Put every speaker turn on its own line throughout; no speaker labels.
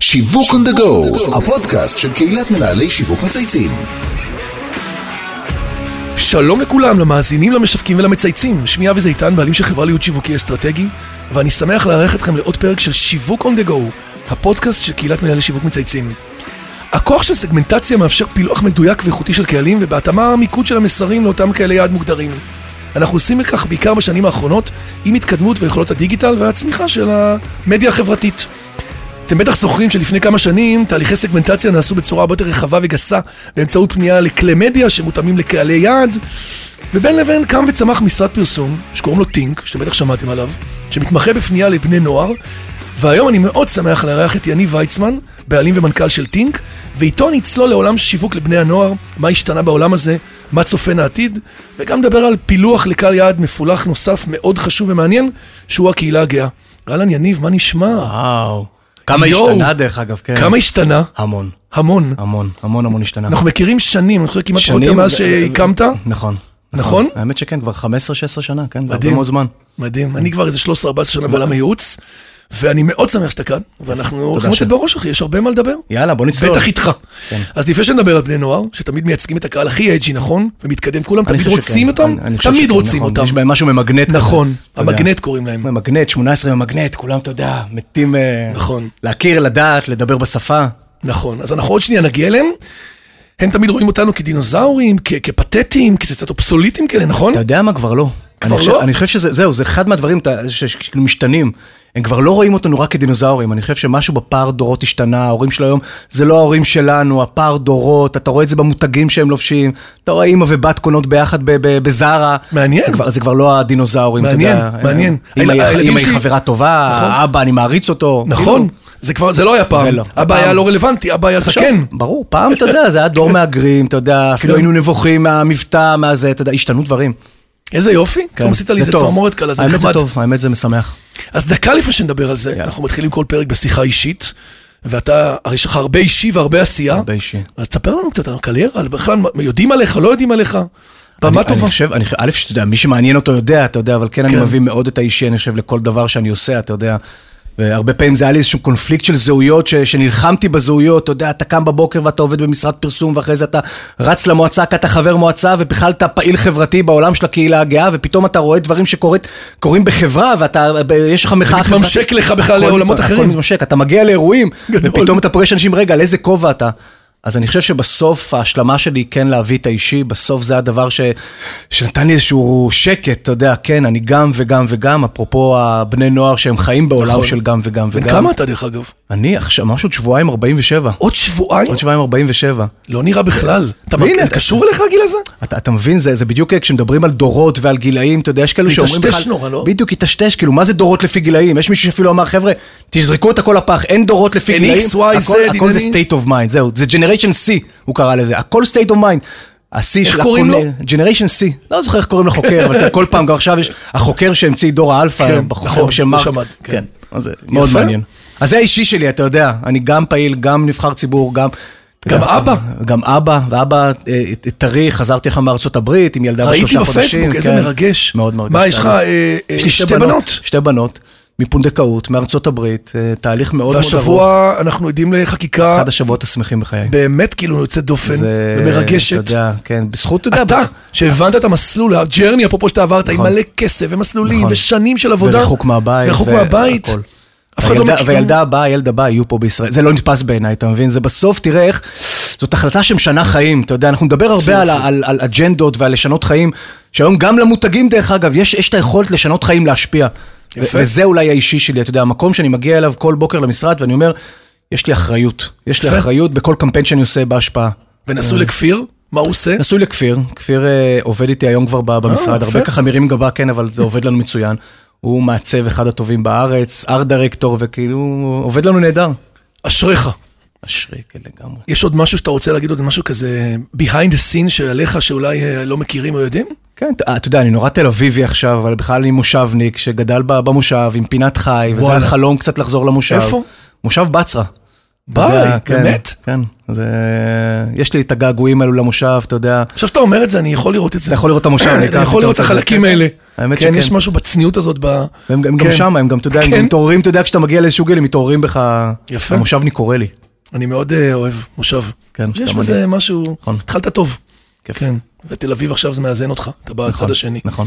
שיווק on the go, הפודקאסט של קהילת מנהלי שיווק מצייצים.
שלום לכולם, למאזינים, למשווקים ולמצייצים. שמי אבי זיתן, בעלים של חברה להיות שיווקי אסטרטגי, ואני שמח לארח אתכם לעוד פרק של שיווק on the go, הפודקאסט של קהילת מנהלי שיווק מצייצים. הכוח של סגמנטציה מאפשר פילוח מדויק ואיכותי של קהלים, ובהתאמה מיקוד של המסרים לאותם קהלי יעד מוגדרים. אנחנו עושים לכך בעיקר בשנים האחרונות, עם התקדמות ויכולות הדיגיטל והצמיחה של המדיה החברתית. אתם בטח זוכרים שלפני כמה שנים תהליכי סגמנטציה נעשו בצורה הרבה יותר רחבה וגסה באמצעות פנייה לכלי מדיה שמותאמים לקהלי יעד ובין לבין קם וצמח משרד פרסום שקוראים לו טינק, שאתם בטח שמעתם עליו, שמתמחה בפנייה לבני נוער והיום אני מאוד שמח לארח את יניב ויצמן, בעלים ומנכ"ל של טינק ואיתו נצלול לעולם שיווק לבני הנוער, מה השתנה בעולם הזה, מה צופן העתיד וגם נדבר על פילוח לקהל יעד מפולח נוסף מאוד חשוב ומעניין שהוא הקהילה הגאה. אהלן יניב, מה נשמע?
וואו. כמה
יואו.
השתנה דרך אגב, אה, כן.
כמה נכון? השתנה?
המון.
המון.
המון, המון המון השתנה.
אנחנו מכירים שנים, אני חושב כמעט
שנים-
חותם מאז
ו-
שהקמת.
ו- נכון.
נכון?
האמת שכן, כבר 15-16 שנה, כן, זה הרבה
מדהים.
מאוד זמן.
מדהים,
Mm.
אני כבר איזה 13-14 שנה בעולם הייעוץ, ואני מאוד שמח שאתה כאן, ואנחנו הולכים לתת
שי.
בראש, אחי, יש הרבה מה לדבר.
יאללה, בוא נצלול. כן.
בטח איתך. אז לפני שנדבר על בני נוער, שתמיד מייצגים את הקהל הכי אג'י, נכון? ומתקדם כולם,
אני
תמיד
חושב שכן.
רוצים אותם,
אני- אני חושב
תמיד
שכן,
רוצים
נכון.
אותם.
יש בהם משהו ממגנט כזה.
נכון,
אתה יודע.
המגנט קוראים להם.
ממגנט, 18 ממגנט, כולם, אתה יודע, מתים... אה,
נכון.
להכיר, לדעת, לדבר בשפה.
נכון, אז אנחנו עוד שנייה נגיע אליהם. הם תמיד רואים אותנו כדינוזאורים, כ- כפתטיים, כצצת אובסוליטים כאלה, נכון?
אתה יודע מה? כבר לא.
כבר
אני חושב,
לא?
אני חושב שזה, זהו, זה אחד מהדברים אתה- ש- שכאילו משתנים. הם כבר לא רואים אותנו רק כדינוזאורים, אני חושב שמשהו בפער דורות השתנה, ההורים של היום זה לא ההורים שלנו, הפער דורות, אתה רואה את זה במותגים שהם לובשים, אתה רואה אימא ובת קונות ביחד ב- ב- בזארה.
מעניין.
זה כבר, זה כבר לא הדינוזאורים, אתה
מעניין,
יודע.
מעניין.
אה, אימא היא-
הילדים
אימא היא
שלי-
חברה טובה,
נכון.
אבא, אני מעריץ אותו.
נכון,
כאילו,
זה כבר, זה לא היה פעם.
זה לא.
הבא היה
פעם-
לא רלוונטי, הבא היה זקן.
עכשיו, ברור, פעם, אתה יודע, זה היה דור מהגרים, אתה יודע, אפילו
כן.
היינו נבוכים מהמבטא, מה זה, אתה יודע, השתנו דברים.
איזה יופי, אתה עשית לי איזה
כן. טוב.
צמרמורת קלה, זה
האמת זה
נחמד.
טוב, האמת זה משמח.
אז דקה לפני שנדבר על זה,
יאללה.
אנחנו מתחילים כל פרק בשיחה אישית, ואתה, הרי יש לך הרבה אישי והרבה עשייה.
הרבה אישי.
אז תספר לנו קצת על הקריירה, על בכלל, מה- יודעים עליך, לא יודעים עליך. במה
אני-
טובה.
אני חושב, אני חושב, א', שאתה יודע, מי שמעניין אותו יודע, אתה יודע, אבל כן, אני
כן.
מביא מאוד את האישי, אני חושב, לכל דבר שאני עושה, אתה יודע. והרבה פעמים זה היה לי איזשהו קונפליקט של זהויות, ש- שנלחמתי בזהויות, אתה יודע, אתה קם בבוקר ואתה עובד במשרד פרסום, ואחרי זה אתה רץ למועצה כי אתה חבר מועצה, ובכלל אתה פעיל חברתי בעולם של הקהילה הגאה, ופתאום אתה רואה דברים שקורים בחברה, ואתה, ב- יש לך מחאה חברתית.
מתממשק לך בכלל
הכל
לעולמות
מת-
אחרים.
הכל מתממשק, אתה מגיע לאירועים,
גדול.
ופתאום אתה פוגש אנשים, רגע, על איזה כובע אתה? אז אני חושב שבסוף ההשלמה שלי היא כן להביא את האישי, בסוף זה הדבר ש... שנתן לי איזשהו שקט, אתה יודע, כן, אני גם וגם וגם, אפרופו הבני נוער שהם חיים בעולם
נכון.
של גם וגם וגם.
בן כמה אתה, דרך אגב?
אני עכשיו, משהו שבועיים 47.
עוד שבועיים?
עוד שבועיים 47.
לא נראה בכלל. אתה
והנה,
מרגיש- זה
אתה-
קשור אליך הגיל הזה?
אתה, אתה מבין, זה, זה בדיוק כשמדברים על דורות ועל גילאים, אתה יודע, יש כאלו
זה
שאומרים
היטשטש נורא, לא?
בדיוק, היטשטש, כאילו, מה זה דורות לפי גילאים? יש מישהו שאפילו אמר, חבר'ה, תזרקו את הכל לפח, אין דורות לפי
אין
גילאים,
X, Y,
הכל,
Z,
הכל זה
עניינים.
state of mind, זהו, זה Generation C, הוא קרא לזה, הכל state of mind. השיא של
קוראים לו?
Generation C, לא זוכר איך קוראים לחוקר, אבל אתה- כל פעם, גם עכשיו יש החוקר שהמציא דור האלפא,
כן,
בחור
נכון,
בשם מרק,
לא שמעת, כן.
כן, אז זה מאוד
יפה.
מעניין. אז זה האישי שלי, אתה יודע, אני גם פעיל, גם נבחר ציבור, גם...
גם
אתה יודע,
אבא.
גם אבא, ואבא אה, טרי, חזרתי לך מארצות הברית עם ילדה
ראיתי
בשלושה חודשים.
בפייסבוק, איזה
כן.
מרגש.
מאוד מרגש.
מה, יש לך
תהליך.
אה, אה,
יש לי
שתי בנות?
שתי בנות, מפונדקאות, מארצות הברית, אה, תהליך מאוד מאוד ארוך.
והשבוע אנחנו עדים לחקיקה
אחד השבועות השמחים בחיי.
באמת כאילו יוצאת דופן
זה-
ומרגשת.
אתה יודע, כן, בזכות, אתה יודע,
אתה,
בזכות-
שהבנת את המסלול, הג'רני, אפרופו שאתה עברת, עם
נכון.
מלא כסף ומסלולים
נכון.
ושנים של עבודה.
וריחוק מהבית
וריחוק
ו-
מהבית.
הכל.
אף אחד לא
והילדה-
מכיר.
והילדה הבאה, הילד הבא יהיו פה בישראל. זה לא נתפס בעיניי, אתה מבין? זה בסוף, תראה איך... זאת החלטה שמשנה חיים, אתה יודע, אנחנו נדבר הרבה על, ה- על, על אג'נדות ועל לשנות חיים, שהיום גם למותגים, דרך אגב, יש, יש את היכולת לשנות חיים, להשפיע. ו-
יפה.
וזה אולי האישי שלי, אתה יודע, המקום שאני מגיע אליו כל בוקר למשרד, ואני אומר, יש לי אחריות. יש לי
יפה.
אחריות בכל קמפיין שאני עושה בהשפעה. אה.
ונשוי לכפיר, מה הוא עושה?
נשוי לכפיר, כפיר אה, עובד איתי היום כבר ב- במשרד,
יפה.
הרבה ככה מרים גבה, כן, אבל זה עובד לנו מצוין. הוא מעצב אחד הטובים בארץ, ארט דירקטור, וכאילו, הוא עובד לנו נהדר.
אשריך.
אשרי, כן, לגמרי.
יש עוד משהו שאתה רוצה להגיד, עוד משהו כזה behind the scene שעליך, שאולי אה, לא מכירים או יודעים?
כן, אתה- אתה יודע, אני נורא תל אביבי עכשיו, אבל בכלל אני מושבניק שגדל ב- במושב עם פינת חי, וזה
וואלה.
היה חלום קצת לחזור למושב.
איפה?
מושב בצרה. אתה יודע,
ביי,
כן,
באמת?
כן. זה... יש לי את הגעגועים האלו למושב, אתה יודע.
עכשיו שאתה אומר את זה, אני יכול לראות את זה.
אתה יכול לראות את המושב, אני אקח
אני יכול לראות את
אותו, אתה-
החלקים האלה.
האמת
כן,
שכן.
יש משהו בצניעות הזאת ב...
הם הם
כן.
גם שם, הם גם, אתה יודע, הם
כן.
גם מתעוררים, אתה יודע, כשאתה מגיע לאיזשהו גיל, הם מתעוררים בך.
יפה.
המושבני קורא לי.
אני מאוד אה, אוהב מושב.
כן,
יש
גם
בזה משהו...
נכון.
התחלת טוב.
כיף.
כן. ותל אביב עכשיו זה מאזן אותך, אתה בצד השני.
נכון.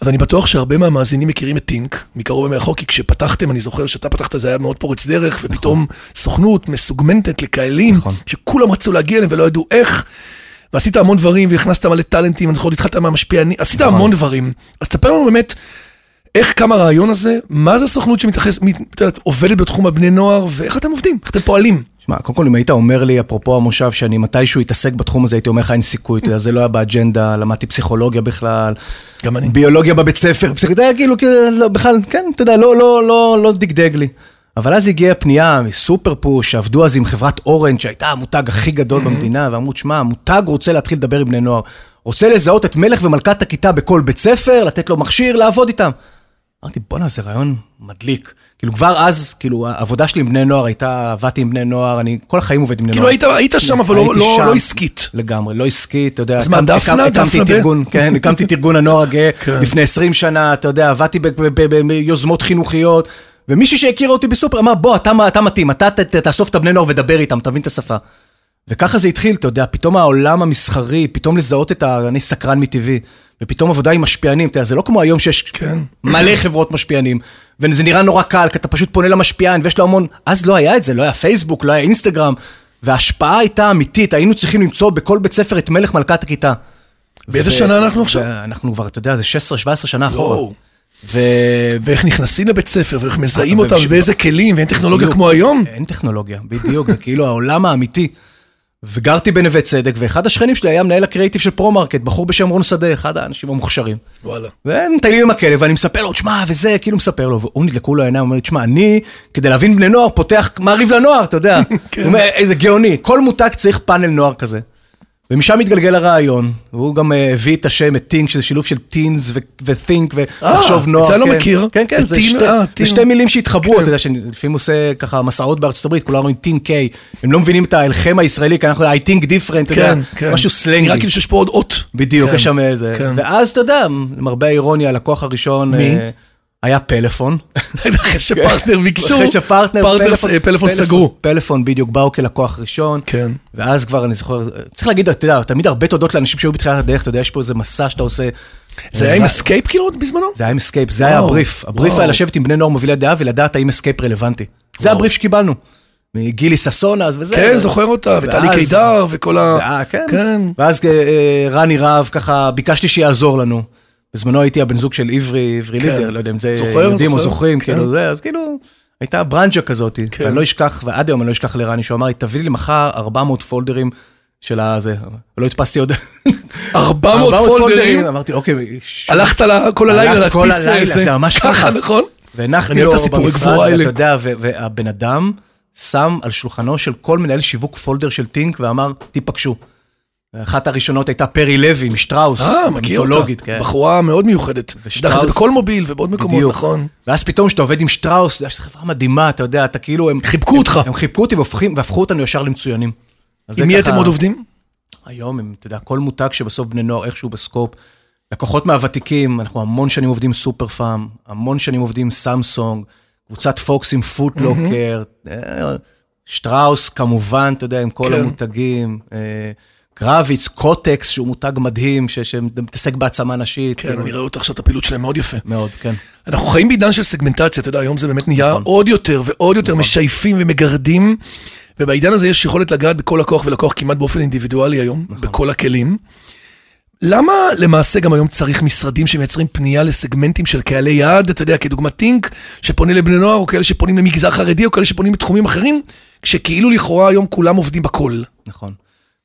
אז אני בטוח שהרבה מהמאזינים מכירים את טינק, מקרוב ומאחור, כי כשפתחתם, אני זוכר שאתה פתחת, זה היה מאוד פורץ דרך, ופתאום סוכנות מסוגמנטת לקהלים,
נכון.
שכולם רצו להגיע אליהם ולא ידעו איך, ועשית המון דברים, והכנסת מלא טאלנטים, אני זוכר, התחלת מהמשפיענים, עשית
נכון.
המון דברים. אז תספר לנו באמת, איך קם הרעיון הזה, מה זה הסוכנות שעובדת בתחום הבני נוער, ואיך אתם עובדים, איך אתם פועלים.
שמע, קודם כל, אם היית אומר לי, אפרופו המושב, שאני מתישהו אתעסק בתחום הזה, הייתי אומר לך, אין סיכוי, אתה יודע, זה לא היה באג'נדה, למדתי פסיכולוגיה בכלל,
גם אני.
ביולוגיה בבית ספר, פסיכולוגיה, כאילו, כאילו, לא, בכלל, כן, אתה יודע, לא, לא, לא, לא דגדג לי. אבל אז הגיעה פנייה מסופר פוש, שעבדו אז עם חברת אורנג', שהייתה המותג הכי גדול במדינה, ואמרו, שמע, המותג רוצה להתחיל לדבר עם בני נוער. רוצה לזהות את מלך ומלכת הכיתה בכל בית ספר, לתת לו מכשיר, לעבוד איתם. אמרתי, בואנה, זה רעיון מדליק. כאילו, כבר אז, כאילו, העבודה שלי עם בני נוער הייתה, עבדתי עם בני נוער, אני כל החיים עובד עם בני
כאילו
נוער.
היית- היית שם, אבל לא-
הייתי
לא-
שם.
לא עסקית.
לגמרי, לא עסקי, אתה יודע.
אז מה,
הקמת-
דפנה?
הקמת- הקמתי
דפנה ב- כן.
תרגון, כן, הקמתי את ארגון הנוער הגאה לפני 20 שנה, אתה יודע, עבדתי ב- ב- ב- ביוזמות חינוכיות, ומישהי שהכירה אותי בסופר אמר, בוא, אתה מה- אתה מתאים, אתה ת- ת- תאסוף את הבני נוער ודבר איתם, תבין את השפה. וככה זה התחיל, אתה יודע, פתאום העולם המסחרי, פתאום לזהות את ה... אני סקרן מטבעי, ופתאום עבודה עם משפיענים, אתה יודע, זה לא כמו היום שיש
כן.
מלא חברות משפיענים, וזה נראה נורא קל, כי אתה פשוט פונה למשפיען, ויש לו המון... אז לא היה את זה, לא היה פייסבוק, לא היה אינסטגרם, וההשפעה הייתה אמיתית, היינו צריכים למצוא בכל בית ספר את מלך מלכת הכיתה.
באיזה
ו-
שנה אנחנו עכשיו?
אנחנו כבר, אתה יודע, זה 16-17 שנה אחורה.
יואו.
ו...
ואיך נכנסים לבית ספר, ואיך מזהים
אה,
אותם,
ובשביל-
באיזה כלים, ואין טכנולוגיה
בדיוק.
כמו היום.
אין טכנולוגיה, בדיוק, זה כאילו העולם האמיתי. וגרתי בנווה צדק, ואחד השכנים שלי היה מנהל הקריאיטיב של פרו-מרקט, בחור בשם רון שדה, אחד האנשים המוכשרים.
וואלה.
והם מטיילים עם הכלב, ואני מספר לו, תשמע, וזה, כאילו מספר לו, והוא נדלקו לו העיניים, הוא אומר, תשמע, אני, כדי להבין בני נוער, פותח מעריב לנוער, אתה יודע.
כן.
הוא אומר, איזה גאוני, כל מותג צריך פאנל נוער כזה. ומשם התגלגל הרעיון, והוא גם אה, הביא את השם, את טינק, שזה שילוב של טינס ו-think ולחשוב
את
נוער.
זה אני לא
כן.
מכיר.
כן, כן,
את
זה
טין,
שתי-
אה,
זה
טין.
שתי מילים שהתחברו,
כן.
אתה יודע, שלפעמים עושה ככה מסעות בארצות הברית, כולם אומרים טין קיי, הם לא מבינים את ההלחם הישראלי, כי אנחנו, I think different, אתה יודע,
כן, כן.
משהו סלנגי.
נראה כאילו שיש פה עוד אות.
בדיוק,
כן,
יש שם איזה.
כן.
ואז, אתה יודע, למרבה האירוניה, הלקוח הראשון...
מי?
אה, היה פלאפון.
אחרי שפרטנר ביקשו,
כן. אחרי שפרטנר,
פרטנר- אה, פלאפון סגרו.
פלאפון בדיוק, באו כלקוח ראשון.
כן.
ואז כבר, אני זוכר, צריך להגיד, אתה יודע, תמיד הרבה תודות לאנשים שהיו בתחילת הדרך, אתה יודע, יש פה איזה מסע שאתה עושה. אה,
זה היה עם אסקייפ כאילו עוד בזמנו?
זה היה עם אסקייפ, זה היה
וואו,
הבריף. הבריף
וואו.
היה לשבת עם בני נוער מובילי דעה ולדעת האם אסקייפ רלוונטי. זה
וואו.
הבריף שקיבלנו. מגילי ששון אז וזה.
כן, זוכר אותה, וטלי
ואז-
קידר, וכל ה...
אה, כן.
כן.
ואז אה, אה, רני רהב ככה, ביקשתי שיעזור לנו. בזמנו הייתי הבן זוג של עברי, עברי
כן.
לידר, לא יודע אם זה
זוכר,
יודעים או
זוכר,
זוכרים,
כן.
כאילו זה, אז כאילו, הייתה ברנג'ה כזאת. ואני לא אשכח, ועד היום אני לא אשכח לרני, שהוא אמר לי, תביא לי מחר 400 פולדרים של הזה. לא הדפסתי עוד.
400 פולדרים,
אמרתי לו, אוקיי, ש-
הלכת לה- כל הלילה
הלכתי
להדפיס
כל הלילה,
איזה-
זה ממש
ככה,
ככה.
נכון? אני
והנחתי
אוהב
לו
את הסיפורי
במשרד,
גבורה האלה.
ואתה יודע, ו- והבן אדם שם על שולחנו של כל מנהל שיווק פולדר של טינק ואמר, תיפגשו. אחת הראשונות הייתה פרי לוי משטראוס,
אה, מכיר
המיתולוגית,
אותה.
כן.
בחורה מאוד מיוחדת.
ושטראוס.
דרך זה בכל מוביל ובעוד מקומות,
בדיוק.
נכון.
ואז פתאום כשאתה עובד עם שטראוס, אתה יודע שזו חברה מדהימה, אתה יודע, אתה כאילו, הם
חיבקו אותך.
הם חיבקו אותי והופכים- והפכו אותנו ישר למצוינים. אז
עם
זה
מי
ככה-
אתם עוד עובדים?
היום, הם, אתה יודע, כל מותג שבסוף בני נוער איכשהו בסקופ. לקוחות מהוותיקים, אנחנו המון שנים עובדים עם סופר פארם, המון שנים עובדים עם סמסונג, קבוצת פוקס עם פוטלוקר, אה, שטראוס כמובן, אתה יודע, עם כל
כן.
המותגים, אה, קרביץ, קוטקס, שהוא מותג מדהים, ש- שמתעסק בהעצמה נשית.
כן,
כאילו,
אני רואה אותך עכשיו, את הפעילות שלהם מאוד יפה.
מאוד, כן.
אנחנו חיים בעידן של סגמנטציה, אתה יודע, היום זה באמת
נכון.
נהיה עוד יותר ועוד יותר משייפים ומגרדים, ובעידן הזה יש יכולת לגעת בכל לקוח ולקוח כמעט באופן אינדיבידואלי היום,
נכון.
בכל הכלים. למה למעשה גם היום צריך משרדים שמייצרים פנייה לסגמנטים של קהלי יעד, אתה יודע, כדוגמת טינק, שפונה לבני נוער, או כאלה שפונים למגזר חרדי, או כאלה שפונים לתחומים אחרים, כשכאילו לכאורה היום כולם עובדים בכל.
נכון.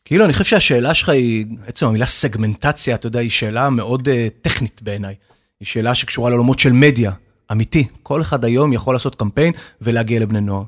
כאילו, אני חושב שהשאלה שלך היא, עצם המילה סגמנטציה, אתה יודע, היא שאלה מאוד uh, טכנית בעיניי. היא שאלה שקשורה לעולמות של מדיה, אמיתי. כל אחד היום יכול לעשות קמפיין ולהגיע לבני נוער.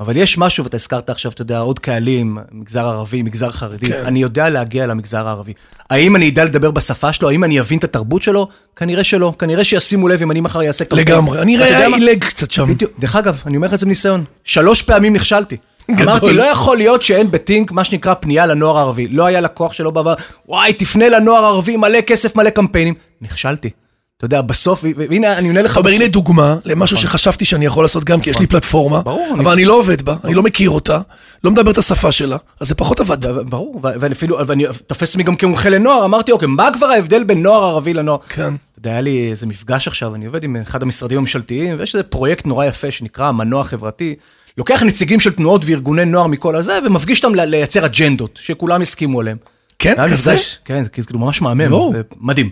אבל יש משהו, ואתה הזכרת עכשיו, אתה יודע, עוד קהלים, מגזר ערבי, מגזר חרדי, כן. אני יודע להגיע למגזר הערבי. האם אני אדע לדבר בשפה שלו? האם אני אבין את התרבות שלו? כנראה שלא. כנראה שישימו לב אם אני מחר אעשה קמפיין.
לגמרי. אני
ואתה יודע
רואה
מה?
עילג קצת שם.
בדיוק. דרך אגב, אני אומר לך את זה מניסיון. שלוש פעמים נכשלתי. אמרתי, לא יכול להיות שאין בטינק מה שנקרא פנייה לנוער הערבי. לא היה לקוח שלו בעבר, וואי, תפנה לנוער הערבי, מלא כסף, מלא קמפיינים. נכשלתי. אתה יודע, בסוף, והנה, אני עונה לך...
אתה אומר, הנה דוגמה למשהו שחשבתי שאני יכול לעשות גם, כי יש לי פלטפורמה,
נכון. ברור,
אבל אני לא עובד בה, אני לא מכיר אותה, לא מדבר את השפה שלה, אז זה פחות עבד.
ו- ו- ברור, ו- ואני אפילו, ואני תופס עצמי גם כמומחה לנוער, אמרתי, אוקיי, מה כבר ההבדל בין נוער ערבי לנוער?
כן.
אתה יודע, היה לי איזה מפגש עכשיו, אני עובד עם אחד המשרדים הממשלתיים, ויש איזה פרויקט נורא יפה שנקרא מנוע חברתי. לוקח נציגים של תנועות וארגוני נוער מכל הזה, ומפגיש אותם ל- לייצר אג'נדות, שכולם יסכימו עליהם.
כן?
היה
כזה?
מפגש- כן, זה כאילו ממש מהמם,
יואו.
זה מדהים.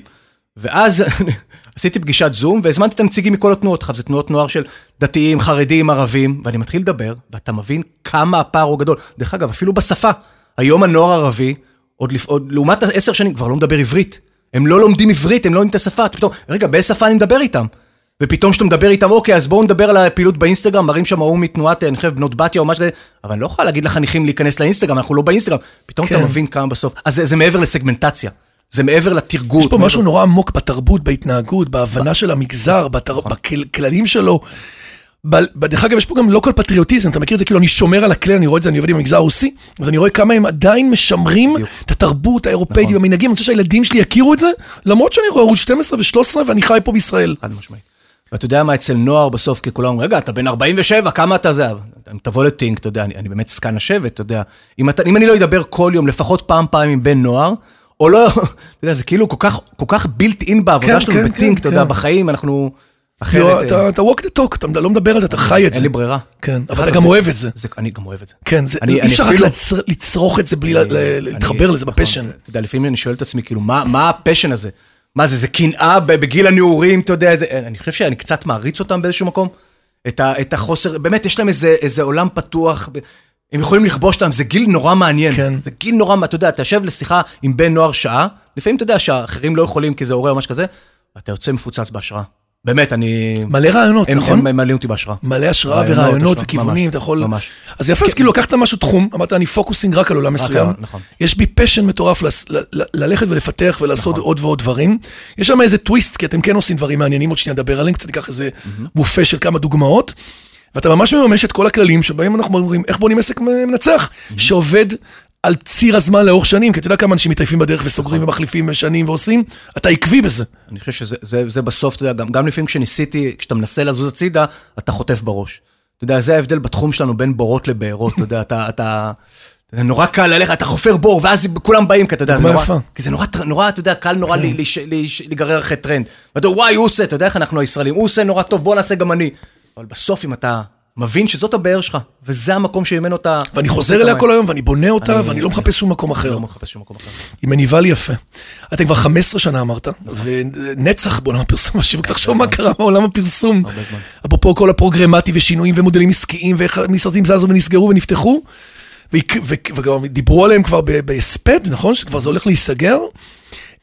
ואז עשיתי פגישת זום, והזמנתי את הנציגים מכל התנועות, עכשיו זה תנועות נוער של דתיים, חרדים, ערבים, ואני מתחיל לדבר, ואתה מבין כמה הפער הוא גדול. דרך אגב, אפילו בשפה, היום הנוער הערבי, עוד, לפ... עוד לעומת עשר שנים, כבר לא מדבר עברית. הם לא לומדים עברית, הם לא לומדים את השפה, אתה פתאום, רגע, באיזה שפה אני מדבר איתם? ופתאום כשאתה מדבר איתם, אוקיי, אז בואו נדבר על הפעילות באינסטגרם, מראים שם ההוא מתנועת, אני חושב, בנות בתיה או משהו כזה, אבל אני לא יכול להגיד לחניכים להיכנס לאינסטגרם, אנחנו לא באינסטגרם. פתאום
כן.
אתה מבין כמה בסוף, אז זה, זה מעבר לסגמנטציה, זה מעבר לתרגול.
יש פה משהו נורא עמוק בתרבות, בהתנהגות, בהבנה של
נכון.
המגזר, בתר- בכללים שלו. ב- ב- דרך אגב, יש פה גם לא כל פטריוטיזם, אתה מכיר את זה? כאילו, אני שומר על הכלל, אני רואה את זה, אני עובד עם המגזר הרוסי, אז אני רואה כמה הם עדיין משמרים את התרבות האירופאית
נכון.
והמנהגים, אני רוצה שהילדים שלי יכירו את זה, למרות שאני רואה ערוץ 12 ו-13 ואני חי פה בישראל.
חד משמעית. ואתה יודע מה, אצל נוער בסוף, כי כולם אומרים, רגע, אתה בן 47, כמה אתה זה? אם תבוא לטינק, אתה יודע, אני, אני באמת זקן השבט, אתה יודע. אם, אתה, אם אני לא אדבר כל יום, לפחות פעם פעם עם בן נוער, או לא, אתה יודע, זה כאילו כל כך, כל כך בילט אין בעבודה
כן,
שלנו
כן,
בטינק,
כן,
אתה יודע,
כן.
בחיים, אנחנו... אחרת...
לא, אתה
אה,
אתה walk the talk, אתה לא מדבר על זה, אתה חי את זה.
אין לי ברירה.
כן,
דרך
אבל אתה
אגב,
גם
זה-
אוהב את זה.
אני גם אוהב את זה.
כן, זה-
אני-
אי
אני
אפשר רק
אפילו-
לצר- לצרוך את זה בלי ל- ל- להתחבר
אני-
לזה
נכון,
בפשן.
אתה יודע, לפעמים אני שואל את עצמי, כאילו, מה מה הפשן הזה? מה זה, זה קנאה ב- בגיל הנעורים, אתה יודע, זה- אני חושב שאני קצת מעריץ אותם באיזשהו מקום. את ה- את החוסר, באמת, יש להם איזה איזה עולם פתוח. ב- הם יכולים לכבוש אותם, זה גיל נורא מעניין.
כן.
זה גיל נורא, אתה יודע, אתה יושב לשיחה עם בן נוער שעה, לפעמים אתה יודע שהאחרים לא יכולים כי זה הורה או משהו כזה, ואתה יוצא מפוצץ בהשראה. באמת, אני...
מלא רעיונות,
הם-
נכון?
הם הם מעלים אותי בהשראה.
מלא השראה
רעיונות,
ורעיונות
השראה,
וכיוונים,
ממש,
אתה יכול...
ממש.
אז יפה, אז כאילו לקחת משהו תחום, אמרת, אני פוקוסינג רק על עולם מסוים.
על- נכון.
יש בי פשן מטורף לס- ל- ל- ללכת ולפתח ולעשות
נכון.
עוד ועוד דברים. יש שם איזה טוויסט, כי אתם כן עושים דברים מעניינים, עוד שנייה נדבר עליהם, קצת ניקח איזה בופה של כמה דוגמאות. ואתה ממש מממש את כל הכללים שבהם אנחנו אומרים, איך בונים עסק מנצח, שעובד על ציר הזמן לאורך שנים, כי אתה יודע כמה אנשים מתעייפים בדרך וסוגרים
נכון.
ומחליפים ומשנים ועושים, אתה עקבי בזה.
אני חושב שזה זה, זה בסוף, אתה יודע, גם, גם לפעמים כשניסיתי, כשאתה מנסה לזוז הצידה, אתה חוטף בראש. אתה יודע, זה ההבדל בתחום שלנו בין בורות לבארות, אתה יודע, אתה... אתה... זה נורא קל ללכת, אתה חופר בור, ואז כולם באים, כי אתה יודע, זה
דוגמה
נורא,
יפה. כן.
כי זה נורא, טר- נורא, אתה יודע, קל נורא לי- להיש- להיש- להיגרר אחרי טרנד. ואתה אומר, וואי, הוא עושה, אתה יודע איך אנחנו הישראלים, הוא עושה נורא טוב, בוא נעשה גם אני. אבל בסוף, אם אתה מבין שזאת הבאר שלך, וזה המקום שממנו אתה...
ואני
עושה
חוזר
את
אליה
המים,
כל היום, ואני בונה אותה,
אני-
ואני לא מחפש שום מקום אחר.
לא מחפש שום מקום אחר.
היא מניבה לי יפה. אתה כבר 15 שנה אמרת, ונצח בעולם הפרסום והשיווק, תחשוב מה קרה בעולם הפרסום.
זמן.
אפרופו כל הפרוגרמטי ושינויים ומודלים עסקיים, ואיך משרדים זזו ונסגרו ונפתחו, והק- ו- וגם דיברו עליהם כבר ב- בהספד, נכון? שכבר זה הולך להיסגר.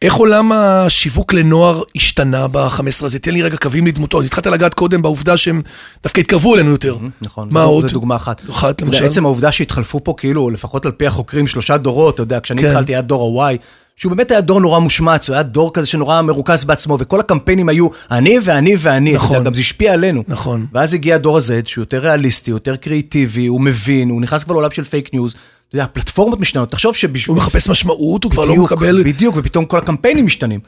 איך עולם השיווק לנוער השתנה ב-15 הזה? תן לי רגע קווים לדמותו. אז התחלת לגעת קודם בעובדה שהם דווקא התקרבו אלינו יותר.
נכון,
מה
זו-
עוד?
זו דוגמה אחת.
אחת,
אתה יודע,
למשל.
עצם העובדה שהתחלפו פה, כאילו, לפחות על פי החוקרים, שלושה דורות, אתה יודע, כשאני
כן.
התחלתי היה דור ה-Y, שהוא באמת היה דור נורא מושמץ, הוא היה דור כזה שנורא מרוכז בעצמו, וכל הקמפיינים היו אני ואני ואני, אתה
נכון.
יודע, גם זה השפיע עלינו.
נכון.
ואז הגיע הדור ה-Z, שהוא יותר ריאליסטי, הוא יותר קריאיטיבי, הוא מבין, הוא נכנס כבר לעולם של פייק ניוז, אתה יודע, הפלטפורמות משתנות, תחשוב שבשביל...
הוא מחפש משמעות, הוא כבר לא
בדיוק,
מקבל...
בדיוק, ופתאום כל הקמפיינים משתנים.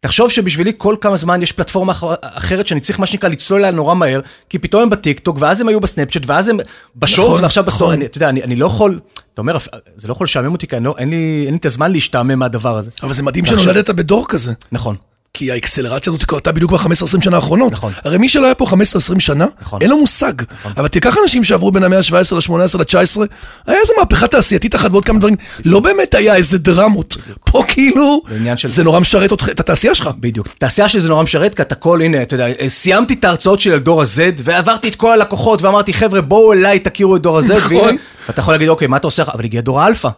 תחשוב שבשבילי כל כמה זמן יש פלטפורמה אח- אחרת שאני צריך מה שנקרא לצלול אליה נורא מהר, כי פתאום הם בטיקטוק, ואז הם היו בסנאפצ'אט, ואז הם בשורט,
נכון,
ועכשיו
נכון.
בסטורי. אני- אתה יודע, אני אני לא יכול, אתה אומר, "אפ- זה לא יכול לשעמם אותי, כי אני לא- אין לי אין לי את הזמן להשתעמם מהדבר הזה.
אבל זה מדהים
ועכשיו-
שנולדת בדור כזה.
נכון.
כי האקסלרציה הזאת קרתה בדיוק ב-15-20 שנה האחרונות.
נכון.
הרי מי שלא היה פה 15-20 שנה,
נכון.
אין לו מושג. אבל תיקח אנשים שעברו בין המאה ה-17 ל-18 ל-19, היה איזה מהפכה תעשייתית אחת ועוד כמה דברים. לא באמת היה איזה דרמות. פה כאילו,
זה עניין כן. של-
זה נורא משרת אותך, את התעשייה שלך.
בדיוק. תעשייה שזה נורא משרת, כי אתה כל, הנה, אתה יודע, סיימתי את ההרצאות שלי על דור ה-Z, ועברתי את כל הלקוחות, ואמרתי, חבר'ה, בואו אליי, תכירו את דור ה-Z,
נכון.
והנה, ואתה יכול להגיד, אוקיי, מה אתה עושה? עכשיו?" אבל הגיע דור האלפא.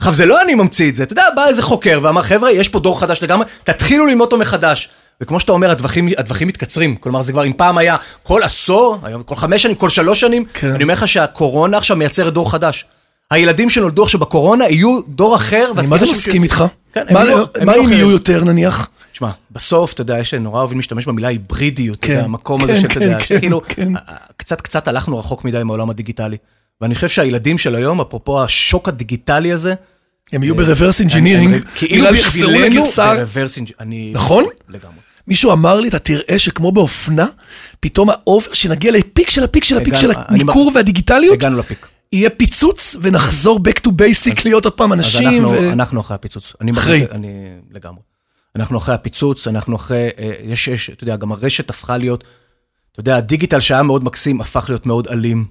עכשיו, זה לא אני ממציא את זה, אתה יודע, בא איזה חוקר ואמר, חבר'ה, יש פה דור חדש לגמרי, תתחילו ללמוד אותו מחדש. וכמו שאתה אומר, הטווחים, הטווחים מתקצרים, כלומר, זה כבר, אם פעם היה כל עשור, היום כל חמש שנים, כל שלוש שנים,
כן.
אני אומר לך שהקורונה עכשיו מייצרת דור חדש. הילדים שנולדו עכשיו בקורונה יהיו דור אחר,
אני מה זה
והטווחים
מסכים
שיוצאים-
איתך?
כן, הם
מה-
יהיו- הם
מה
יהיו
אם
אחרים.
יהיו יותר נניח?
תשמע, בסוף, אתה יודע, יש נורא אוהבים להשתמש במילה היברידיות, אתה
כן.
יודע, המקום
כן,
הזה שאתה
כן,
יודע,
כן,
שכאילו,
כן.
קצת קצת הלכנו רחוק מדי עם העולם הדיגיטלי. ואני חושב שהילדים של היום, אפרופו השוק הדיגיטלי הזה,
הם יהיו ברוורס אינג'ינירינג,
אה, כאילו
בגלל שיחזרו
בשבילנו, אה,
לגרסה-
ברוורס אינג'- אני...
נכון?
לגמרי.
מישהו אמר לי, אתה תראה שכמו באופנה, פתאום האוב, שנגיע לפיק של הפיק של הפיק
הגענו-
של
אה, אני
הניכור
מ- אה,
והדיגיטליות,
הגענו לפיק.
יהיה פיצוץ ונחזור back to basic להיות עוד פעם
אז
אנשים.
אנחנו,
ו-
ו... אנחנו אחרי הפיצוץ. אני מרגיש
אחרי.
ש- אני לגמרי. אנחנו אחרי הפיצוץ, אנחנו אחרי... אה, יש, יש, אתה יודע, גם הרשת הפכה להיות... אתה יודע, הדיגיטל שהיה מאוד מקסים, הפך להיות מאוד אלים.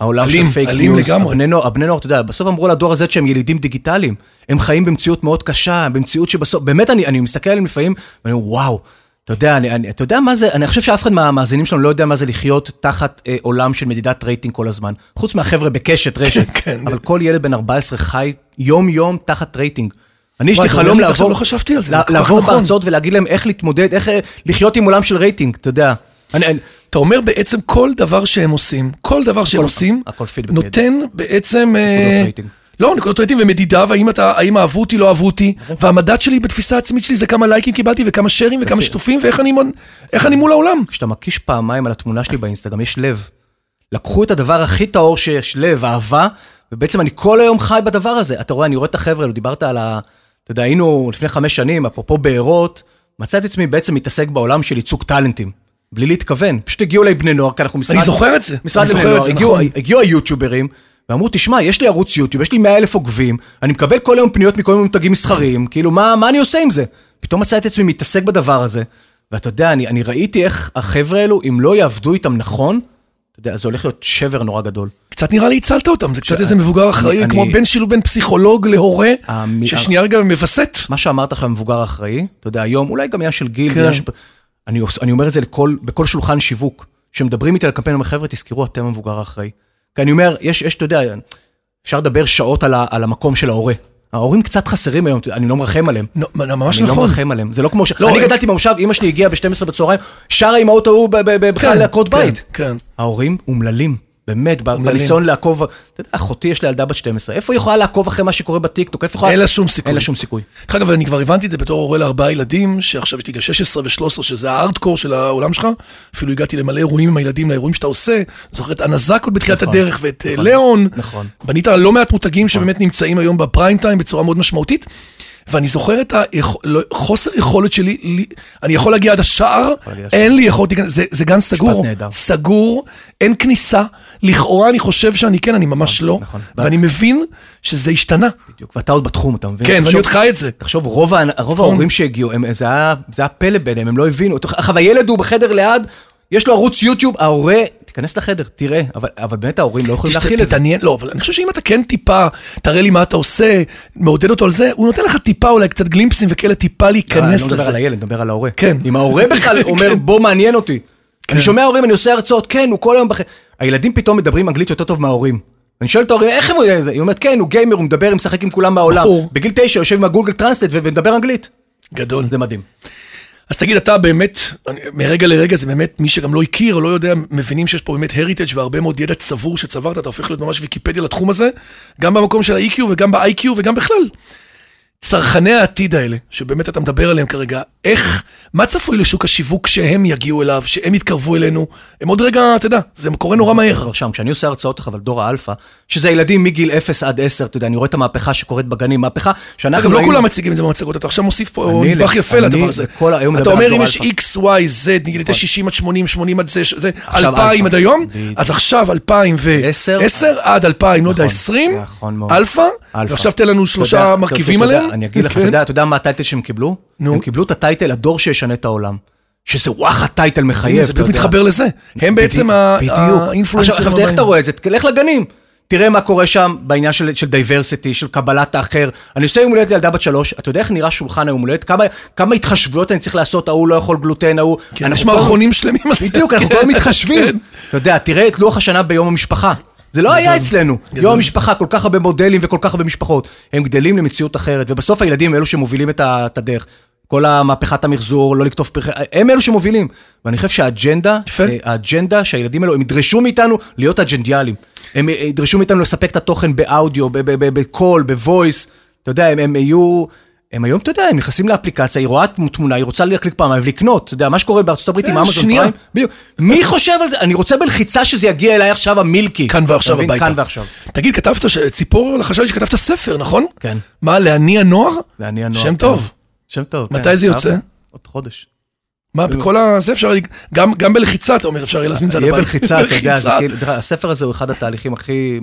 העולם
אלים,
של פייק
אלים
ניוז,
לגמרי.
הבני נוער, הבני נוער, אתה יודע, בסוף אמרו לדור הזה שהם ילידים דיגיטליים. הם חיים במציאות מאוד קשה, במציאות שבסוף, באמת, אני, אני מסתכל עליהם לפעמים, ואני אומר, וואו, אתה יודע, אני, אני, אתה יודע מה זה, אני חושב שאף אחד מהמאזינים שלנו לא יודע מה זה לחיות תחת אה, עולם של מדידת רייטינג כל הזמן. חוץ מהחבר'ה בקשת, רשת.
כן.
אבל כל ילד בן 14 חי יום-יום תחת רייטינג. אני, יש לי
אתה אומר
חלום
לי, עכשיו
לעבור,
לא חשבתי על זה,
לע-
זה כל כך
לעבור
נכון.
בהרצאות ולהגיד להם איך להתמודד, איך אה, לחיות עם עולם של רייטינג, אתה יודע. אני, אני,
אתה אומר בעצם כל דבר שהם עושים, כל דבר שהם עושים,
הכל פידבק
נותן בעצם... אה,
רייטינג.
לא, נקודות רייטינג ומדידה, והאם אתה, האם אהבו אותי, לא אהבו אותי,
נכון.
והמדד שלי בתפיסה העצמית שלי זה כמה לייקים קיבלתי וכמה שיירים וכמה שיתופים, ואיך אני מול- איך אני מול העולם.
כשאתה מקיש פעמיים על התמונה שלי באינסטגרם, יש לב. לקחו את הדבר הכי טהור שיש, לב, אהבה, ובעצם אני כל היום חי בדבר הזה. אתה רואה, אני רואה את החבר'ה, לא דיברת על ה... אתה יודע, היינו לפני חמש שנים, אפרופו בארות, מצאתי עצמי בעצם מתעסק בעולם של ייצוג טאלנטים. בלי להתכוון, פשוט הגיעו אליי בני נוער, כי אנחנו משרד...
זוכר את זה,
משרד
אני
לבני
זוכר את
נוער,
זה,
הגיעו,
נכון.
הגיעו היוטיוברים, ואמרו, תשמע, יש לי ערוץ יוטיוב, יש לי 100 אלף עוקבים, אני מקבל כל היום פניות מכל מיני מותגים מסחריים, כאילו, מה, מה אני עושה עם זה? פתאום מצא את עצמי מתעסק בדבר הזה, ואתה יודע, אני, אני ראיתי איך החבר'ה האלו, אם לא יעבדו איתם נכון, אתה יודע, זה הולך להיות שבר נורא גדול.
קצת נראה לי הצלת אותם, זה קצת איזה מבוגר אחראי,
אני-
כמו
אני-
בן שילוב בין פסיכולוג להורה,
המ-
ששנייה רגע מווסת.
מה שאמרת לך, מבוגר אחראי, אתה יודע, היום, אולי גם עניין של גיל,
כן.
עניין של... אני, עוש- אני אומר את זה לכל, בכל שולחן שיווק, כשמדברים איתי על קמפיין, אני אומר, חבר'ה, תזכרו, אתם המבוגר האחראי. כי אני אומר, יש, יש, אתה יודע, אפשר לדבר שעות על, ה, על המקום של ההורה. ההורים קצת חסרים היום, אתה יודע, אני לא מרחם עליהם.
נו, מה- ממש
אני לא
נכון.
מרחם עליהם, זה לא כמו ש...
לא,
אני
אין-
גדלתי במושב, אימא שלי הגיעה ב-12 בצהריים, שרה עם האוטו ההוא ב- ב- ב- בכלל
כן,
לעקרות
כן,
בית.
כן.
ההורים אומללים, באמת, ב- בניסיון לעקוב, אתה יודע, אחותי יש לה ילדה בת 12, איפה היא יכולה לעקוב אחרי מה שקורה בטיקטוק? איפה היא יכולה...
אין לה שום סיכוי.
אין לה שום סיכוי.
דרך אגב, אני כבר הבנתי את זה בתור הורה לארבעה ילדים, שעכשיו יש לי גם 16 ו-13, שזה הארדקור של העולם שלך. אפילו הגעתי למלא אירועים עם הילדים, לאירועים שאתה עושה. זוכר את הנזק עוד בתחילת
נכון,
הדרך, ואת אה,
נכון,
ליאון.
נכון.
בנית לא מעט מותגים שבאמת נמצאים היום בפריים טיים בצורה מאוד משמעותית. ואני זוכר את החוסר יכולת שלי, לי- אני יכול להגיע עד השער,
להגיע עד
אין לי יכולת להיכנס, זה- זה גן סגור,
נהדר.
סגור, אין כניסה, לכאורה אני חושב שאני כן, אני ממש לא,
נכון.
ואני מבין שזה השתנה.
בדיוק, ואתה עוד בתחום, אתה מבין?
כן,
תחשוב-
ואני עוד חי נכון. את זה.
תחשוב, רוב, ה- רוב ההורים שהגיעו, הם, זה, היה, זה היה פלא ביניהם, הם לא הבינו. עכשיו, הילד הוא בחדר ליד, יש לו ערוץ יוטיוב, ההורה, תיכנס לחדר, תראה, אבל, אבל באמת ההורים לא יכולים
תשת-
להכיל את זה.
תתעניין, לא, אבל אני חושב שאם אתה כן טיפה, תראה לי מה אתה עושה, מעודד אותו על זה, הוא נותן לך טיפה אולי קצת גלימפסים וכאלה, טיפה
אני לא
להיכנס
מדבר על
לזה.
הילד, מדבר על ההורה.
כן.
אם ההורה בכלל אומר, בוא מעניין אותי. אני שומע הורים, אני עושה הרצאות, כן, הוא כל היום בחדר. הילדים פתאום מדברים אנגלית יותר טוב מההורים. אני שואל את ההורים, איך הם יודעים את זה? היא אומרת, כן, הוא גיימר, הוא מדבר, הוא משחק עם כולם בעולם.
ברור.
בגיל תשע יושב עם הגוגל טרנסלט ו- ומדבר אנגלית.
גדול.
זה מדהים.
אז תגיד, אתה באמת, אני- מרגע לרגע זה באמת, מי שגם לא הכיר או לא יודע, מבינים שיש פה באמת heritage והרבה מאוד ידע צבור שצברת, אתה הופך להיות ממש ויקיפדיה לתחום הזה, גם במקום של ה-EQ וגם ב-IQ וגם בכלל. צרכני העתיד האלה, שבאמת אתה מדבר עליהם כרגע, איך, מה צפוי לשוק השיווק שהם יגיעו אליו, שהם יתקרבו אלינו? הם עוד רגע, אתה יודע, זה קורה נורא מהר.
כבר שם, כשאני עושה הרצאות לך על דור האלפא, שזה ילדים מגיל 0 עד 10, אתה יודע, אני רואה את המהפכה שקורית בגנים, מהפכה שאנחנו
אגב, לא
ראינו-
כולם מציגים את זה במצגות, אתה עכשיו מוסיף פה
אני
נדבך
לג-
יפה
אני
לדבר הזה.
לכל היום
אתה
מדבר על
אומר,
דור
אם יש
אלפא.
X, Y, Z, נגיד, הייתה 60 עד 80, 80 עד זה, זה
עכשיו
2,000 עד
אלפא.
היום,
בדיוק.
אז עכשיו 2010
עשר.
עד 2,000, לא יודע,
נכון,
20,
נכון מאוד.
אלפא,
אלפא.
ועכשיו תן לנו
אתה
שלושה
יודע,
מרכיבים
אתה- אתה יודע,
עליהם.
אני אגיד לך,
כן.
אתה יודע- אתה יודע מה הטייטל שהם קיבלו?
נו.
הם קיבלו את הטייטל, הדור שישנה את העולם. שזה וואחד טייטל מחייב,
הנה,
אתה
זה בדיוק
יודע.
מתחבר לזה. הם בעצם ה-
בדיוק.
האינפלואנסרים.
עכשיו, עכשיו, איך אתה
הבאים.
רואה את זה? לך לגנים. תראה מה קורה שם בעניין של, של דייברסיטי, של קבלת האחר. אני עושה יום הולדת לילדה בת שלוש, אתה יודע איך נראה שולחן היום הולדת? כמה, כמה התחשבויות אני צריך לעשות, ההוא לא יכול גלוטן, ההוא...
כן,
אנחנו
יש
כל-
מערכונים שלמים על זה.
בדיוק, אנחנו
כן.
כל הזמן מתחשבים.
כן.
אתה יודע, תראה את לוח השנה ביום המשפחה. זה לא היה אצלנו. יום המשפחה, כל כך הרבה מודלים וכל כך הרבה משפחות. הם גדלים למציאות אחרת, ובסוף הילדים הם אלו שמובילים את ה- את הדרך. כל המהפכת המחזור, לא לקטוף פרחי, הם אלו שמובילים. ואני חושב שהאג'נדה,
יפה.
אה, האג'נדה שהילדים האלו, הם ידרשו מאיתנו להיות אג'נדיאלים. הם אה, ידרשו מאיתנו לספק את התוכן באודיו, ב- ב- ב- בקול, בוויס. אתה יודע, הם- הם יהיו... הם היום, אתה יודע, הם נכנסים לאפליקציה, היא רואה תמונה, היא רוצה להקליק פעמיים ולקנות. אתה יודע, מה שקורה בארצות הברית עם
אה,
אמזון
שנייה.
פריים. בדיוק. מי חושב על זה? אני רוצה בלחיצה שזה יגיע אליי עכשיו המילקי.
כאן ועכשיו
אתה מבין?
הביתה.
כאן ועכשיו.
תגיד, כתבת, ש- ציפור לחשה לי שכתבת ספר, נכון?
כן.
מה, להניע נוער?
ואני הנוער. כן.
שם טוב.
שם טוב.
מתי
כן,
זה יוצא?
אהבתי. עוד חודש.
מה, בכל ה... זה אפשר... גם- גם בלחיצה, אתה אומר, אפשר יהיה להזמין את זה לבית.
כאילו- יהיה בלחיצה, אתה יודע, זה
בלחיצה.
כאילו, תראה, הספר הזה הוא אחד התהליכים הכי...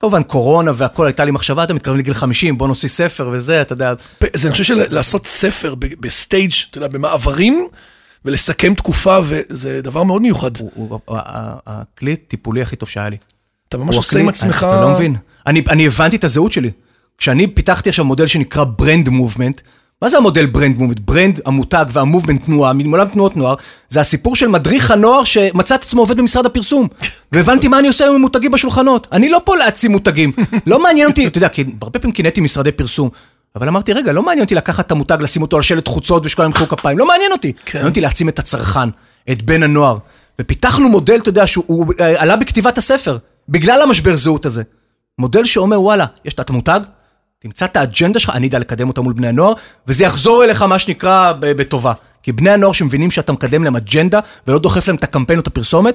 כמובן, קורונה והכל, הייתה לי מחשבה, אתה מתקרב לגיל 50, בוא נוציא ספר וזה, אתה יודע.
פ- זה, אני חושב שלעשות ספר ב- בסטייג', אתה יודע, במעברים, ולסכם תקופה, וזה דבר מאוד מיוחד.
הוא הוא- ה- ה- הכלי הטיפולי הכי טוב שהיה לי.
אתה ממש
הוא
עושה עם
הכלי-
עצמך...
אתה לא מבין. אני, אני הבנתי את הזהות שלי. כשאני פיתחתי עכשיו מודל שנקרא ברנד מובמנט, מה זה המודל ברנד מובמנט? ברנד, המותג והמובמנט תנועה, מעולם תנועות נוער, זה הסיפור של מדריך הנוער שמצא את עצמו עובד במשרד הפרסום. והבנתי מה אני עושה עם המותגים בשולחנות. אני לא פה להעצים מותגים. לא מעניין אותי, אתה יודע, כי הרבה פעמים קינאתי משרדי פרסום. אבל אמרתי, רגע, לא מעניין אותי לקחת את המותג, לשים אותו על שלט חוצות ושכולם ימחאו כפיים, לא מעניין אותי.
כן.
מעניין אותי להעצים את הצרכן, את בן הנוער. ופיתחנו מודל, אתה יודע, שהוא הוא, אה, עלה בכתיבת הספר, בגלל המשבר זהות הזה. מודל שאומר, וואלה, יש את המותג, תמצא את האג'נדה שלך, אני אדע לקדם אותה מול בני הנוער, וזה יחזור אליך, מה שנקרא, ב- בטובה. כי בני הנוער שמבינים שאתה מקדם להם אג'נדה, ולא דוחף להם את הקמפיין או את הפרסומת,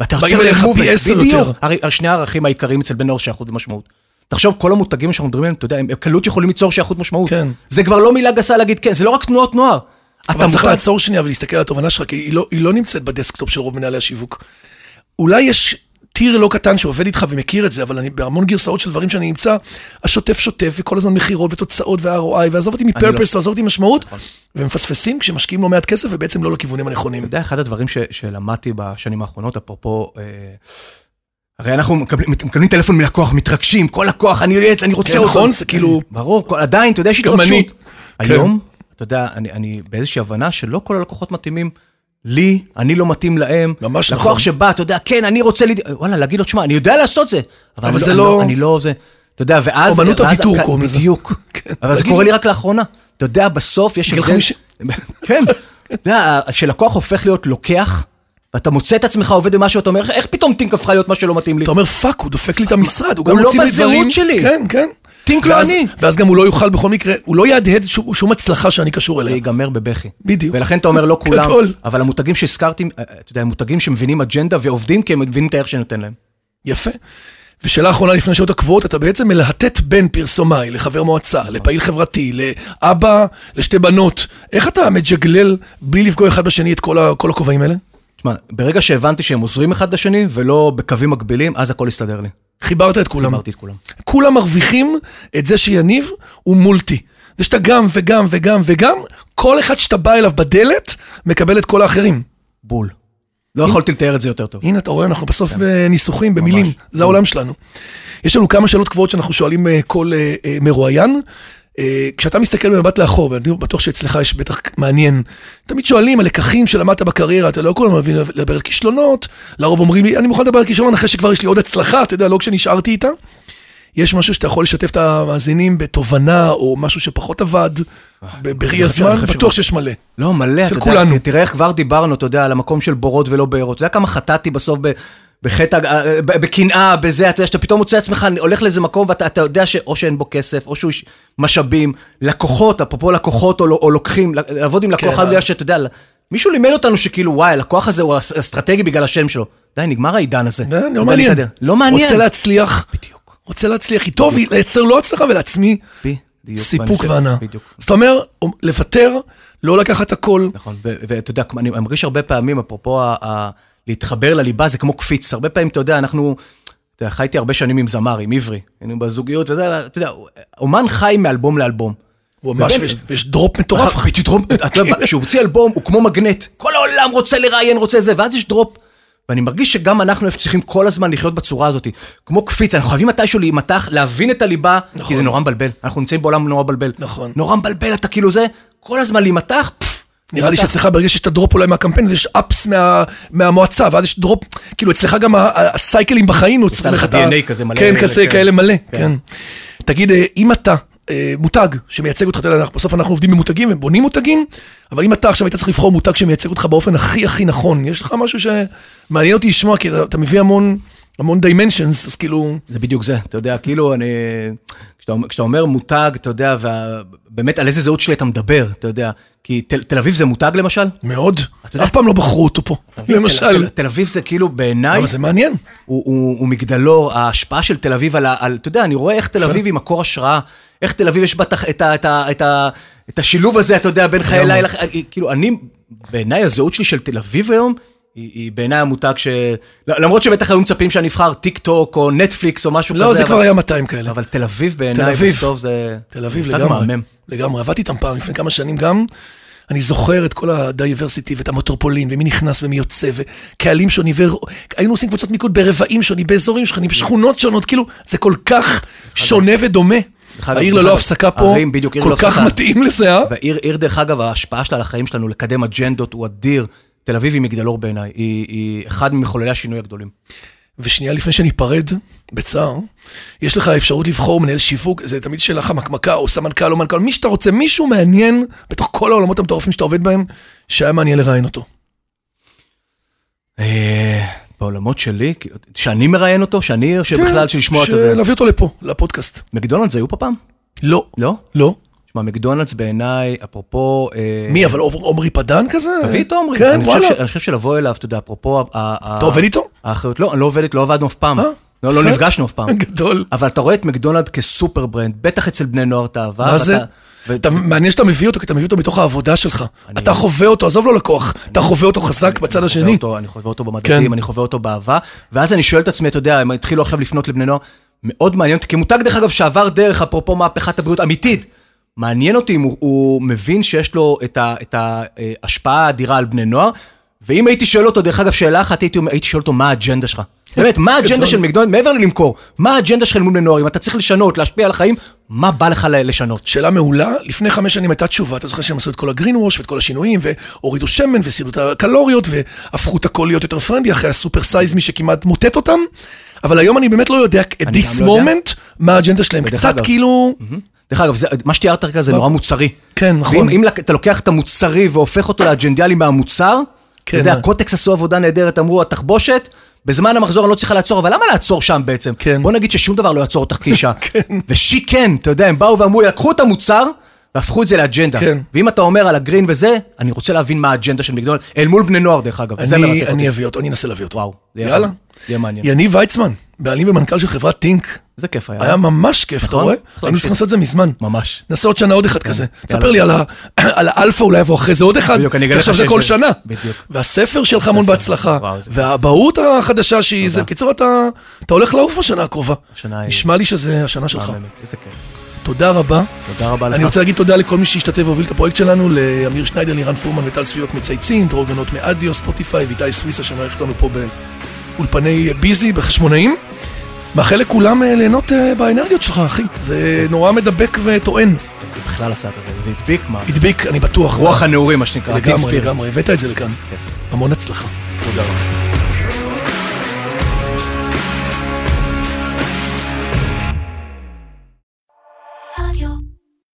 ואתה
באים
יוצר להם
אליך פי
movement.
עשר
בדיוק.
יותר.
הרי שני הערכים העיקריים אצל בן נוער שייכות ומשמעות. תחשוב, כל המותגים שאנחנו מדברים עליהם, אתה יודע, הם בקלות יכולים ליצור שייכות משמעות.
כן.
זה כבר לא מילה גסה להגיד כן, זה לא רק תנועות נוער. אתה
אבל צריך
מוכן-
לעצור שנייה ולהסתכל על התובנה שלך, כי היא לא, היא לא נמצאת בדסקטופ של רוב מנהלי השיווק. אולי יש טיר לא קטן שעובד איתך ומכיר את זה, אבל אני בהמון גרסאות של דברים שאני אמצא, השוטף שוטף, וכל הזמן מכירות ותוצאות ו-ROI, ועזוב אותי
לא-
מפרפס, ועזוב אותי משמעות,
נכון.
ומפספסים כשמשקיעים לא מעט כסף, ובעצם לא לכיוונים הנכונים.
אתה יודע, אחד הדברים ש, שלמדתי בשנים האחרונות, אפרופו... אה, הרי אנחנו מקבלים, מקבלים טלפון מלקוח, מתרגשים, כל לקוח, אני, אני רוצה
כן,
אותו.
נכון, זה כאילו-
ברור, כל, עדיין, אתה יודע, יש
גם
התרגשות.
אני. כן.
היום, אתה יודע, אני, אני באיזושהי הבנה שלא כל הלקוחות מתאימים לי, אני לא מתאים להם.
ממש
לקוח
נכון.
שבא, אתה יודע, כן, אני רוצה, לד... וואלה, להגיד לו, תשמע, אני יודע לעשות זה. אבל,
אבל
אני
זה
אני
לא-
אני לא זה. אתה יודע, ואז...
אומנות
ואז-
הוויתור קוראים לזה.
בדיוק.
כן.
אבל זה
תגיד.
קורה לי רק לאחרונה. אתה יודע, בסוף יש
בגיל
הבדל...
חמישים.
כן. אתה יודע, כשלקוח הופך להיות לוקח, ואתה מוצא את עצמך עובד במשהו, אתה אומר, איך פתאום טינק הפכה להיות מה שלא מתאים לי?
אתה אומר, פאק, הוא דופק לי את המשרד, הוא
הוא
גם
לא
מוציא לי
בזהות
דברים.
שלי.
כן, כן.
טינק לא
ואז-
אני.
ואז גם הוא לא יוכל בכל מקרה, הוא לא יהדהד שום שום הצלחה שאני קשור
זה
אליה.
ייגמר בבכי.
בדיוק.
ולכן אתה אומר, לא כולם,
גדול.
אבל המותגים שהזכרתי, אה, אתה יודע, הם מותגים שמבינים אג'נדה ועובדים כי הם מבינים את הערך שאני נותן להם.
יפה. ושאלה אחרונה לפני השעות הקבועות, אתה בעצם מלהטט בין פרסומאי לחבר מועצה, לפעיל חברתי, לאבא, לשתי בנות. איך אתה מג'גלל בלי לפגוע אחד בשני את כל ה- כל הכובעים האלה?
תשמע, ברגע שהבנתי שהם עוזרים אחד לשני ולא בקווים מקבילים, אז הכל הסתדר לי.
חיברת את כולם.
אמרתי את כולם.
כולם מרוויחים את זה שיניב הוא מולטי. זה שאתה גם וגם וגם וגם, כל אחד שאתה בא אליו בדלת, מקבל את כל האחרים.
בול. לא יכולתי לתאר את זה יותר טוב.
הנה, אתה רואה, אנחנו בסוף בניסוחים, במילים, זה העולם שלנו. יש לנו כמה שאלות קבועות שאנחנו שואלים אה, כל אה, אה, מרואיין. אה, כשאתה מסתכל במבט לאחור, ואני בטוח שאצלך יש בטח מעניין, תמיד שואלים, הלקחים שלמדת בקריירה, אתה לא כל הזמן מבין לדבר על כישלונות, לרוב אומרים לי, אני מוכן לדבר על כישלון אחרי שכבר יש לי עוד הצלחה, אתה יודע, לא כשנשארתי איתה. יש משהו שאתה יכול לשתף את המאזינים בתובנה, או משהו שפחות עבד, ב- בראי
אני חושב-
הזמן,
אני חושב
בטוח
ש-
שיש מלא.
לא,
אצל
מלא, אתה יודע,
כולנו.
ת- תראה איך כבר דיברנו, אתה יודע, על המקום של בורות ולא בארות. אתה יודע כמה חטאתי בסוף ב- בחטא, הג- אה, ב- בקנאה, בזה, אתה יודע, שאתה פתאום מוצא עצמך, הולך לאיזה מקום ואתה אתה יודע שאו שאין בו כסף, או שהוא יש משאבים, לקוחות, אפרופו לקוחות או, לא- או לוקחים, ל- לעבוד עם לקוח,
כן,
אחד בגלל שאתה יודע, ל- מישהו לימד אותנו שכאילו, וואי, הלקוח הזה הוא אס- אסטרטגי בגלל השם שלו. די, נגמר העידן הזה.
זה
אתה
לא
יודע,
מעניין.
להתהדר. לא מעניין.
רוצה להצליח. בדיוק. רוצה להצליח איתו, ולייצר לו לא הצלחה ולעצמי
בדיוק, ואני
סיפוק
חושב-
והנאה.
בדיוק.
אז אתה אומר, לוותר, לא לקחת הכל.
נכון, ו- ואתה יודע, כמו- אני מרגיש הרבה פעמים, אפרופו ה- ה- להתחבר לליבה, זה כמו קפיץ. הרבה פעמים, אתה יודע, אנחנו... אתה יודע, חייתי הרבה שנים עם זמר, עם עברי. היינו בזוגיות וזה, אתה יודע, אומן חי מאלבום לאלבום.
הוא ממש,
ובאמת-
ויש- ויש דרופ מטורף.
אחי, תדרום, אתה יודע, כשהוא הוציא אלבום, הוא כמו מגנט. כל העולם רוצה לראיין, רוצה זה, ואז יש דרופ. ואני מרגיש שגם אנחנו צריכים כל הזמן לחיות בצורה הזאת. כמו קפיץ, אנחנו חייבים מתישהו להימתח, להבין את הליבה, כי זה נורא מבלבל. אנחנו נמצאים בעולם נורא מבלבל.
נכון.
נורא מבלבל, אתה כאילו זה, כל הזמן להימתח, פפפ,
נראה לי
להימתח.
שאצלך ברגע שיש את הדרופ אולי מהקמפיין, אז יש אפס מה- מהמועצה, ואז יש דרופ, כאילו אצלך גם ה- ה- הסייקלים בחיים יוצרים
לך
לך את
DNA כזה מלא,
כן, כזה
כן.
כאלה מלא, כן. תגיד, אה, אם אתה אה, מותג שמייצג אותך, אתה יודע, אנחנו- בסוף אנחנו עובדים במותגים ובונים מותגים, אבל אם אתה עכשיו היית צריך לבחור מותג שמייצג אותך באופן הכי הכי נכון, יש לך משהו שמעניין אותי לשמוע, כי אתה- אתה מביא המון המון דיימנשנס, אז כאילו...
זה בדיוק זה, אתה יודע, כאילו, אני... כשאתה, כשאתה אומר מותג, אתה יודע, וה, באמת, על איזה זהות שלי אתה מדבר, אתה יודע, כי תל, תל אביב זה מותג למשל?
מאוד.
יודע-
אף פעם לא בחרו אותו פה,
תל, תל,
למשל.
תל אביב זה כאילו, בעיניי,
אבל זה מעניין.
הוא, הוא, הוא מגדלור, ההשפעה של תל אביב על, ה- על... אתה יודע, אני רואה איך תל אביב היא מקור השראה, איך תל אביב יש בה את, ה- את, ה- את, ה- את, ה- את השילוב הזה, אתה יודע, בין חיי
לגמרי.
לילה... אני- כאילו, אני, בעיניי הזהות שלי של תל אביב היום, היא, היא בעיניי המותג ש... למרות שבטח היו מצפים שאני אבחר טיק טוק או נטפליקס או משהו כזה.
לא, זה
אבל-
כבר היה 200 כאלה.
אבל תל אביב
תל
בעיניי
אביב.
בסוף זה...
תל אביב
מותג
לגמרי.
מהמם.
לגמרי, עבדתי איתם פעם לפני כמה שנים גם. אני זוכר את כל הדייברסיטי ואת המטרופולין, ומי נכנס ומי יוצא, וקהלים שונים, והיינו עושים קבוצות מיקוד ברבעים שונים, באזורים שונים, בשכונות שונות, כאילו, זה כל כך שונה ודומה.
דרך אגב,
העיר
דרך
ללא
אגב,
הפסקה פה,
ערים, בדיוק, עיר
כל
ללא
כך
הפסקה.
מתאים לזה, אה?
והעיר, עיר, דרך אגב, ההשפעה שלה על החיים שלנו, לקדם אג'נדות, הוא אדיר. תל אביב היא מגדלור בעיניי, היא, היא אחד ממחוללי השינוי הגדולים.
ושנייה לפני שניפרד, בצער, יש לך אפשרות לבחור מנהל שיווק, זה תמיד שאלה חמקמקה, או סמנכ"ל, או מנכ"ל, מי שאתה רוצה, מישהו מעניין, בתוך כל העולמות המטורפים שאתה עובד בהם, שהיה מעניין לראיין אותו.
אה, בעולמות שלי, כאילו, שאני מראיין אותו, שאני, או שבכלל, שלשמוע את
כן,
זה.
שנביא אותו לפה, לפודקאסט.
מקדונלדס היו פה פעם?
לא.
לא?
לא.
שמע, מקדונלדס בעיניי, אפרופו... אה,
מי, אבל עומר- עומרי פדן כזה?
תביא איתו, עומרי.
כן,
אני חושב
וואלה.
ש- אני חושב שלבוא אליו, אתה יודע, אפרופו... אתה
אתה עובד איתו?
האחריות, לא, אני לא עובדת, לא עבדנו אף פעם.
אה?
לא, לא
יפה.
נפגשנו אף פעם.
גדול.
אבל אתה רואה את מקדונלד כסופר ברנד, בטח אצל בני נוער את האהבה.
מה
ואתה-
זה?
ו-
אתה מעניין שאתה מביא אותו, כי אתה מביא אותו מתוך העבודה שלך. אתה חווה אותו, עזוב לא לקוח, אתה חווה אותו חזק בצד
חווה
השני.
אותו, אני חווה אותו
כן.
במדדים, אני חווה אותו באהבה, ואז אני שואל את עצמי, אתה יודע, הם התחילו עכשיו לפנות לבני נוער, מאוד מעניין אותי, כמותג דרך אגב שעבר דרך, אפרופו מהפכת הבריאות, אמיתית, מעניין אותי אם הוא- הוא מבין שיש לו את ה- את ההשפעה האדירה על בני נוער, ואם הייתי שואל אותו, דרך אגב, שאלה אחת, הייתי אומר- הייתי שואל אותו, מה האג'נדה שלך? באמת, מה האג'נדה של מקדונלד, מעבר ללמכור, מה האג'נדה שלך אל מול בני נוער, אם אתה צריך לשנות, להשפיע על החיים, מה בא לך ל- לשנות?
שאלה מעולה, לפני חמש שנים הייתה תשובה, אתה זוכר שהם עשו את כל הגרין ווש ואת כל השינויים, והורידו שמן וסידו את הקלוריות, והפכו את הכל להיות יותר פרנדי, אחרי הסופר סייזמי שכמעט מוטט אותם, אבל היום אני באמת לא יודע, at
אני
this
גם לא יודע.
moment, מה האג'נדה שלהם,
ודרך
קצת
אגב-
כאילו...
דרך אגב, זה, מה שתיארת כרגע זה נורא מוצרי.
לא- כן, נכון.
ואם אם לק- אתה לוקח את המוצרי והופך אותו לאג'נדיאלי מהמוצר,
כן.
אתה יודע, קוטקס עשו עבודה נהדרת, אמרו, התחבושת, בזמן המחזור אני לא צריכה לעצור, אבל למה לעצור שם בעצם?
כן.
בוא נגיד ששום דבר לא יעצור אותך כאישה.
כן.
ושי כן, אתה יודע, הם באו ואמרו, לקחו את המוצר והפכו את זה לאג'נדה.
כן.
ואם אתה אומר על הגרין וזה, אני רוצה להבין מה האג'נדה של מקדונלד, אל מול בני נוער דרך אגב. זה מרתק
אני,
אותי.
אני אביא אותו, אני אנסה להביא אותו.
וואו, זה יהיה
יאללה.
מעניין. יהיה מעניין.
יניב ויצמן, בעלים ומנכ"ל של חברת טינק.
איזה כיף היה.
היה ממש כיף, אתה
נכון?
רואה?
צריך
היינו
להמשיך.
צריכים לעשות את זה מזמן.
ממש. כן,
נעשה עוד שנה עוד אחד כזה. תספר לי על ה- על האלפא אולי יבוא אחרי זה עוד אחד.
בדיוק, אני אגלה לך
ועכשיו זה
שיש
כל
זה.
שנה.
בדיוק.
והספר שלך המון בהצלחה.
וואו, זה-
והאבהות החדשה שהיא... זה- בקיצור, אתה אתה הולך לעוף בשנה הקרובה.
השנה היא-
נשמע לי שזה השנה שלך.
מהממת, איזה כיף.
תודה רבה.
תודה רבה לך.
אני רוצה להגיד תודה לכל מי שהשתתף והוביל את הפרויקט שלנו, לאמיר שניידר, לירן פורמן וטל צביעות מצייצים, דרור גנות מאדיו, ספוטיפיי ואיתי סוויסה שמערכת אותנו פה באולפני ביזי בחשמונאים. מאחל לכולם אה, ליהנות אה, באנרגיות שלך, אחי. זה נורא מדבק וטוען.
זה בכלל עשה את זה, זה הדביק מה.
הדביק, אני בטוח. אה,
רוח הנעורים, מה שנקרא. Big
לגמרי,
Spirit.
לגמרי. הבאת את זה לכאן. המון הצלחה.
תודה רבה.
Radio